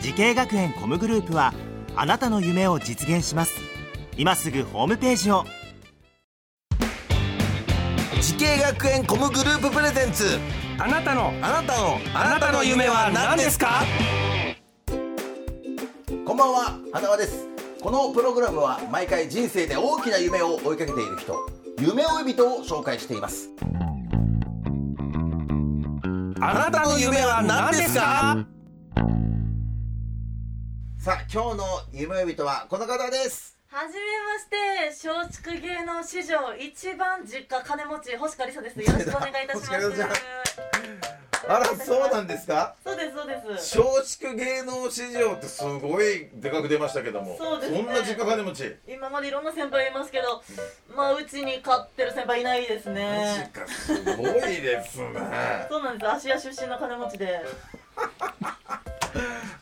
時系学園コムグループはあなたの夢を実現します今すぐホームページを時系学園コムグループプレゼンツあなたのあなたのあなたの夢は何ですかこんばんは花輪ですこのプログラムは毎回人生で大きな夢を追いかけている人夢追い人を紹介していますあなたの夢は何ですかさあ今日の夢追い人はこの方ですはじめまして松竹芸能史上一番実家金持ち星香里沙ですよろしくお願いいたしま星す香里沙ちゃんあらそうなんですかそうですそうです松竹芸能市場ってすごいでかく出ましたけどもそうですねんな実家金持ち今までいろんな先輩いますけどまあうちに飼ってる先輩いないですね実家すごいですねそうなんです芦屋出身の金持ちで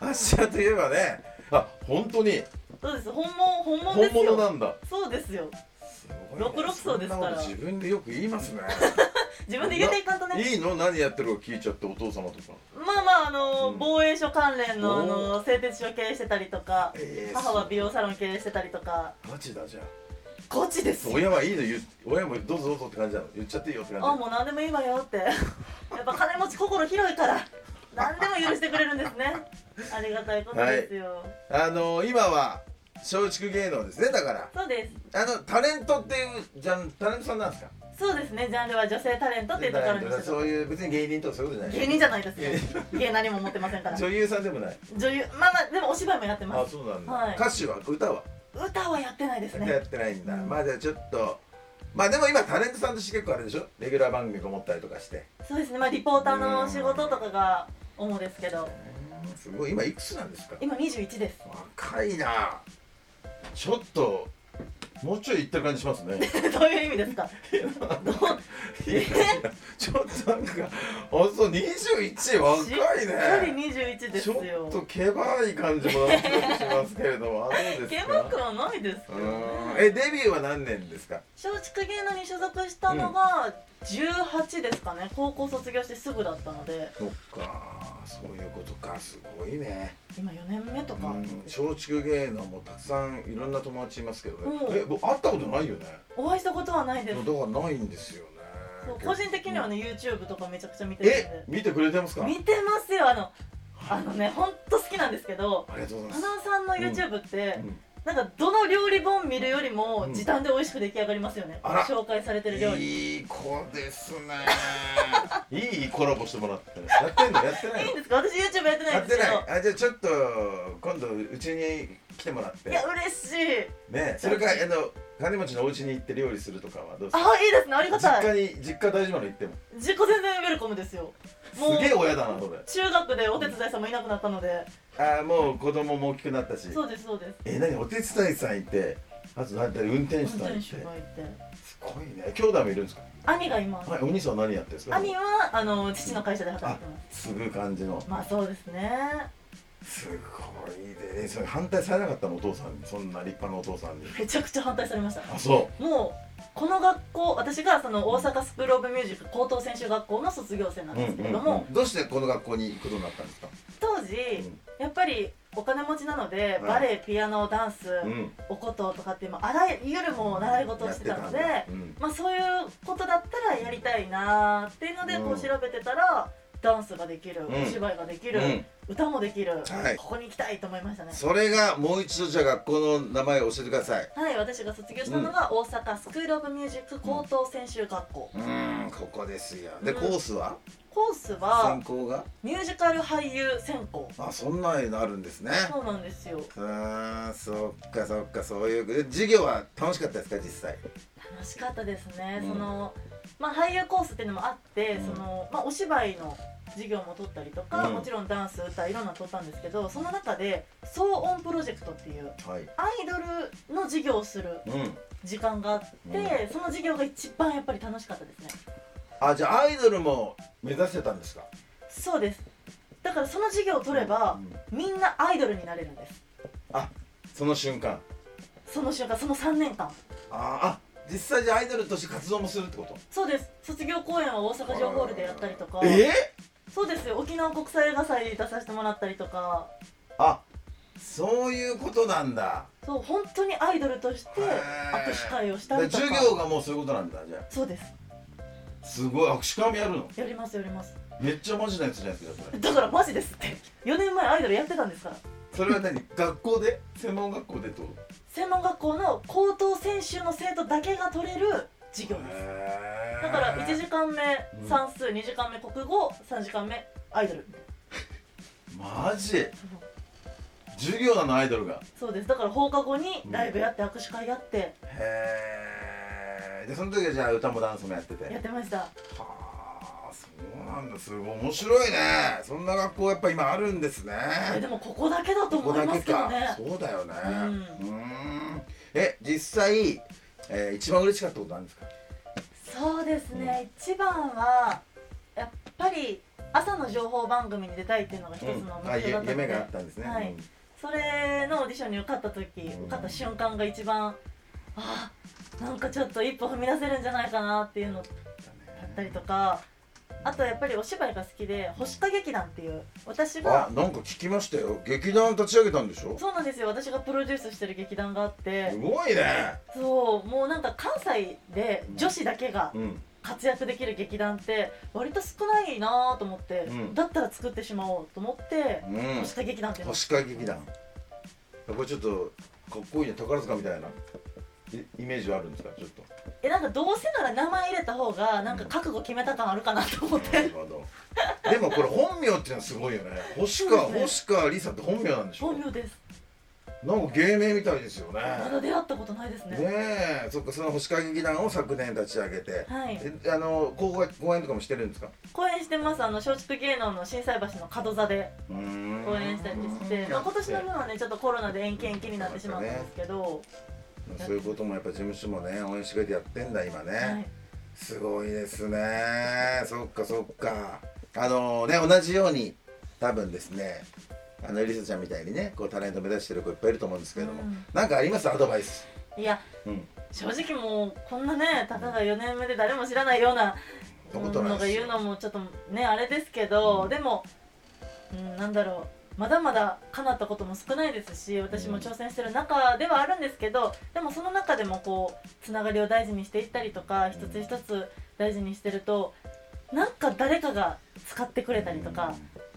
芦屋といえばねあ本当にそうです本物本物で本すよ物なんだそうですよ六六層ですからそんなこと自分でよく言いますね自分で言っていかんとねいいの何やってるか聞いちゃってお父様とかまあまああの、防衛省関連のあの製鉄所経営してたりとか、ええ母は美容サロン経営してたりとかガチだじゃあこっちですよ親はいいの言う親もどうぞどうぞって感じなの言っちゃっていいよって感じあもう何でもいいわよって やっぱ金持ち心広いから何でも許してくれるんです ねありがたいことですよ、あの今は松竹芸能ですねだからそうですあのタレントっていうじゃんタレントさんなんですかそうですねジャンルは女性タレントっていうところにしてそういう別に芸人とかそういうことじゃな芸い人じゃないですよ芸何も持ってませんから女優さんでもない女優まあまあでもお芝居もやってまあすそうなんだ、はい歌手は歌は歌はやってないですやねってないんだ、まあじゃあちょっとまあでも今タレントさんとして結構あれでしょレギュラー番組を持ったりとかしてそうですねまあリポーターの仕事とかが主ですけどすごい今いくつなんですか今21です 若いなちょっともうちょいいってる感じしますねどういう意味ですかいやいやちょっとなんかあそう21若しっかいりね21ですちょよっとケバい感じもなんとなくしますけれどもあどうでケすバかくはないですけどうーねんえデビューは何年ですか松竹芸能に所属したのが18ですかね、高校卒業してすぐだったのでそっかそういうことかすごいね、今4年目とうか、ん、松竹芸能もたくさんいろんな友達いますけどね、うんえ僕会ったことないよねお会いしたことはないでだす、からないんですよねそう結構個人的にはね YouTube とかめちゃくちゃ見てるんえで見てくれてますか見てますよあのあのねほんと好きなんですけどありがとうござ花います尾さんの YouTube って、うんなんかどの料理本見るよりもうん時短で美味しく出来上がりますよね、あら紹介されてる料理いい子ですねいいコラボしてもらってやってんのやってないいいんのですか私 YouTube やってなやいんっですてけどないあじゃあちょっと今度うちに来てもらっていや嬉しいねそれからあの金持ちのお家に行って料理するとかはどうですあかいいですねありがた実い家に実家大丈夫なの行っても自己全然ウェルコムですよもうすげえ親だなそれ中学でお手伝いさんもいなくなったので、ああもう子供も大きくなったしそうですそうですえ何お手伝いさんいてあと何て運転手運さん転いて手がいてすごいね兄弟もいるんですか兄がいます、はいお兄さんは何やってるんですか兄はあの父の会社で働いてますすぐ感じのまあそうですねすごいねそれ反対されなかったのお父さんにそんな立派なお父さんにめちゃくちゃ反対されました あそもうこの学校私がその大阪スクール・オブ・ミュージック高等専修学校の卒業生なんう、うですんうけれんども、うん、どうしてこの学校に行くことになったんですか当時、んやっぱりお金持ちなので、うんバレエピアノダンス、うんおこととかっていうまああらゆるもう習い事をしてたのでやってたんだうんまあ、そういうことだったらやりたいなーっていうのでうんこう調べてたら、ダンスができる、んお芝居ができる、うん歌もできる、はいここに行きたいと思いましたねそれがもう一度じゃあ学校の名前を教えてくださいはい私が卒業したのが大阪スクール・オブ・ミュージック高等専修学校、うーんここですよで、コースはコースは参考がミュージカル俳優専攻あそんなのあるんですねそうなんですよあーそっかそっかそういうで授業は楽しかったですか実際楽しかったですね、うんそのまあ俳優コースっていうのもあって、そのまあお芝居の授業も取ったりとか、うんもちろんダンス歌いろんなの取ったんですけどその中で騒音プロジェクトっていうはいアイドルの授業をするうん時間があって、うその授業が一番やっぱり楽しかったですねあじゃあアイドルも目指せたんですかそうですだからその授業を取れば、みんなアイドルになれるんですその瞬間その瞬間その3年間あーあ実際じゃあアイドルとして活動もするってことそうです卒業公演は大阪城ホールでやったりとかえそうですよ沖縄国際映画祭出させてもらったりとかあそういうことなんだそう本当にアイドルとしてへー握手会をしただかりらとか授業がもうそういうことなんだじゃそうですあすごい握手会もやるのやりますやりますめっちゃマジなやつじゃないですかそれだからマジですって4年前アイドルやってたんですからそれは何 学校で専門学校でってこと専門学校の高等専修の生徒だけが取れる授業ですだから1時間目うん算数2時間目国語3時間目アイドルマジ授業なのアイドルがそうですだから放課後にライブやって握手会やってへえでその時はじゃあ歌もダンスもやっててやってましたはあそうなんだすごい面白いねそんな学校やっぱ今あるんですねえでもここだけだとここ思だいまけすけどかねそうだよねううんーんえ実際、えー、一番嬉しかったことなんですかそうですね、一番はやっぱり朝の情報番組に出たいっていうのが一つのあ目標ゆだったの夢で、があったんですね、はいうんそれのオーディションに受かった時、受かった瞬間が一番ああなんかちょっと一歩踏み出せるんじゃないかなっていうのだったりとかあとやっぱりお芝居が好きで星歌劇団っていう私あがなんか聞きましたよ劇団立ち上げたんでしょそうなんですよ私がプロデュースしてる劇団があってすごいねそうもうなんか関西で女子だけがうん活躍できる劇団って割と少ないなと思って、うんだったら作ってしまおうと思って「うん星、下劇団」っていうの星川劇団これちょっとかっこいいね宝塚みたいなイイメージはあるんですかちょっ とえなんかどうせなら名前入れた方がなんか覚悟決めた感あるかなと思っなてるほどでもこれ本名っていうのはすごいよね星川そうです星川りさって本名なんでしょ本名ですなんか芸名みたいですよねまだ出会ったことないですねねえそっかその星川劇団を昨年立ち上げて、はいえあの公開公演とかもしてるんですか公演してますあの松竹芸能の心斎橋の門座でうーん公演したりして、まあ、今年の分はねちょっとコロナで延期延期になってしまったんですけど、そういうこともやっぱ事務所もね応援してくれてやってんだ今ね、はい、すごいですねそっかそっかあのね同じように多分ですねあのエリサちゃんみたいにねこうタレント目指してる子いっぱいいると思うんですけれども、うんなんかありますアドバイス、いやうん、正直もうこんなねたかが4年目で誰も知らないようなそんなことないのがですよ言うのもちょっとねあれですけど、でも、うん、なんだろうまだまだ叶ったことも少ないですし私も挑戦してる中ではあるんですけど、でもその中でもこうつながりを大事にしていったりとか一つ一つ大事にしてるとなんか誰かが使ってくれたりとか、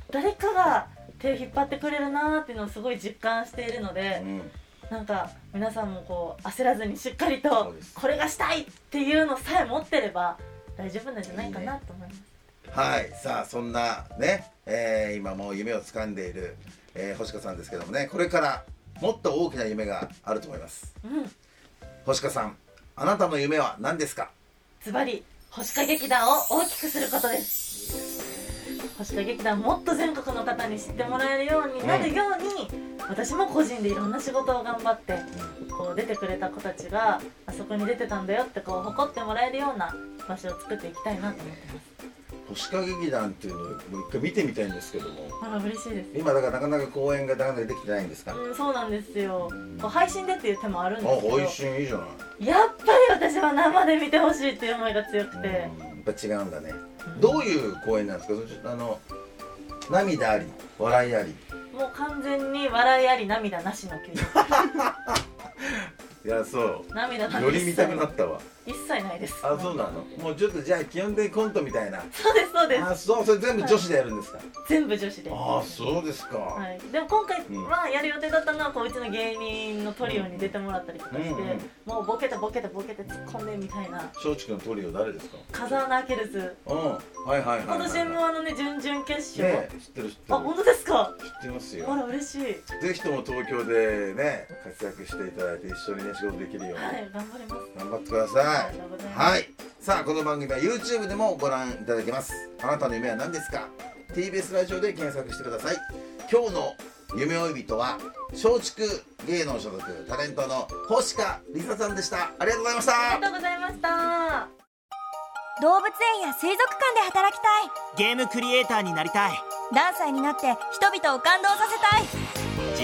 誰かが手を引っ張ってくれるなーっていうのをすごい実感しているので。うん、なんか皆さんもこう焦らずにしっかりそとうですこれがしたいっていうのさえ持ってれば大丈夫なんじゃないかなと思います。はいさあそんなね、えー今もう夢を掴んでいる、えー星香さんですけどもねこれからもっと大きな夢があると思いますうん、星香さんあなたの夢は何ですかズバリ星歌劇団を大きくすることです。星歌劇団もっと全国の方に知ってもらえるようになるように、私も個人でいろんな仕事を頑張ってこう出てくれた子たちがあそこに出てたんだよってこう誇ってもらえるような場所を作っていきたいなと思ってます。星香劇団っていうのをもう一回見てみたいんですけどもあら嬉しいです。今だからなかなか公演がなかなかできてないんですか、うん、そうなんですよ。こう配信でっていう手もあるんですけどあ、配信いいじゃないやっぱり私は生で見てほしいっていう思いが強くて、うんやっぱ違うんだね、どういう公演なんですかそれちょっとあの涙あり笑いありもう完全に笑いあり涙なしの休日いやそ涙なんうてより見たくなったわ一切ないですあそうなのもうちょっとじゃあ基本的にコントみたいなそうですそうですあそうそれ全部女子でやるんですか、全部女子であそうですか、はい、でも今回はやる予定だったのはこううちの芸人のトリオに出てもらったりとかして、うんうんもうボケてボケてボケて突っ込んでみたいな松竹のトリオ誰ですか風穴開けるずうんはいはいはい、はい、今年 m 1のね準々決勝、ねえ知ってる知ってある本当ですか知ってますよあら嬉しいぜひとも東京でね活躍していただいて一緒にね仕事できるように、はい頑張ります頑張ってくださありがとうございいますはいさあこの番組は YouTube でもご覧いただけますあなたの夢は何ですか TBS ラジオで検索してください今日の夢追い人は松竹芸能所属タレントの星香りささんでしたありがとうございましたありがとうございました動物園や水族館で働きたいゲームクリエイターになりたいダンサーになって人々を感動させた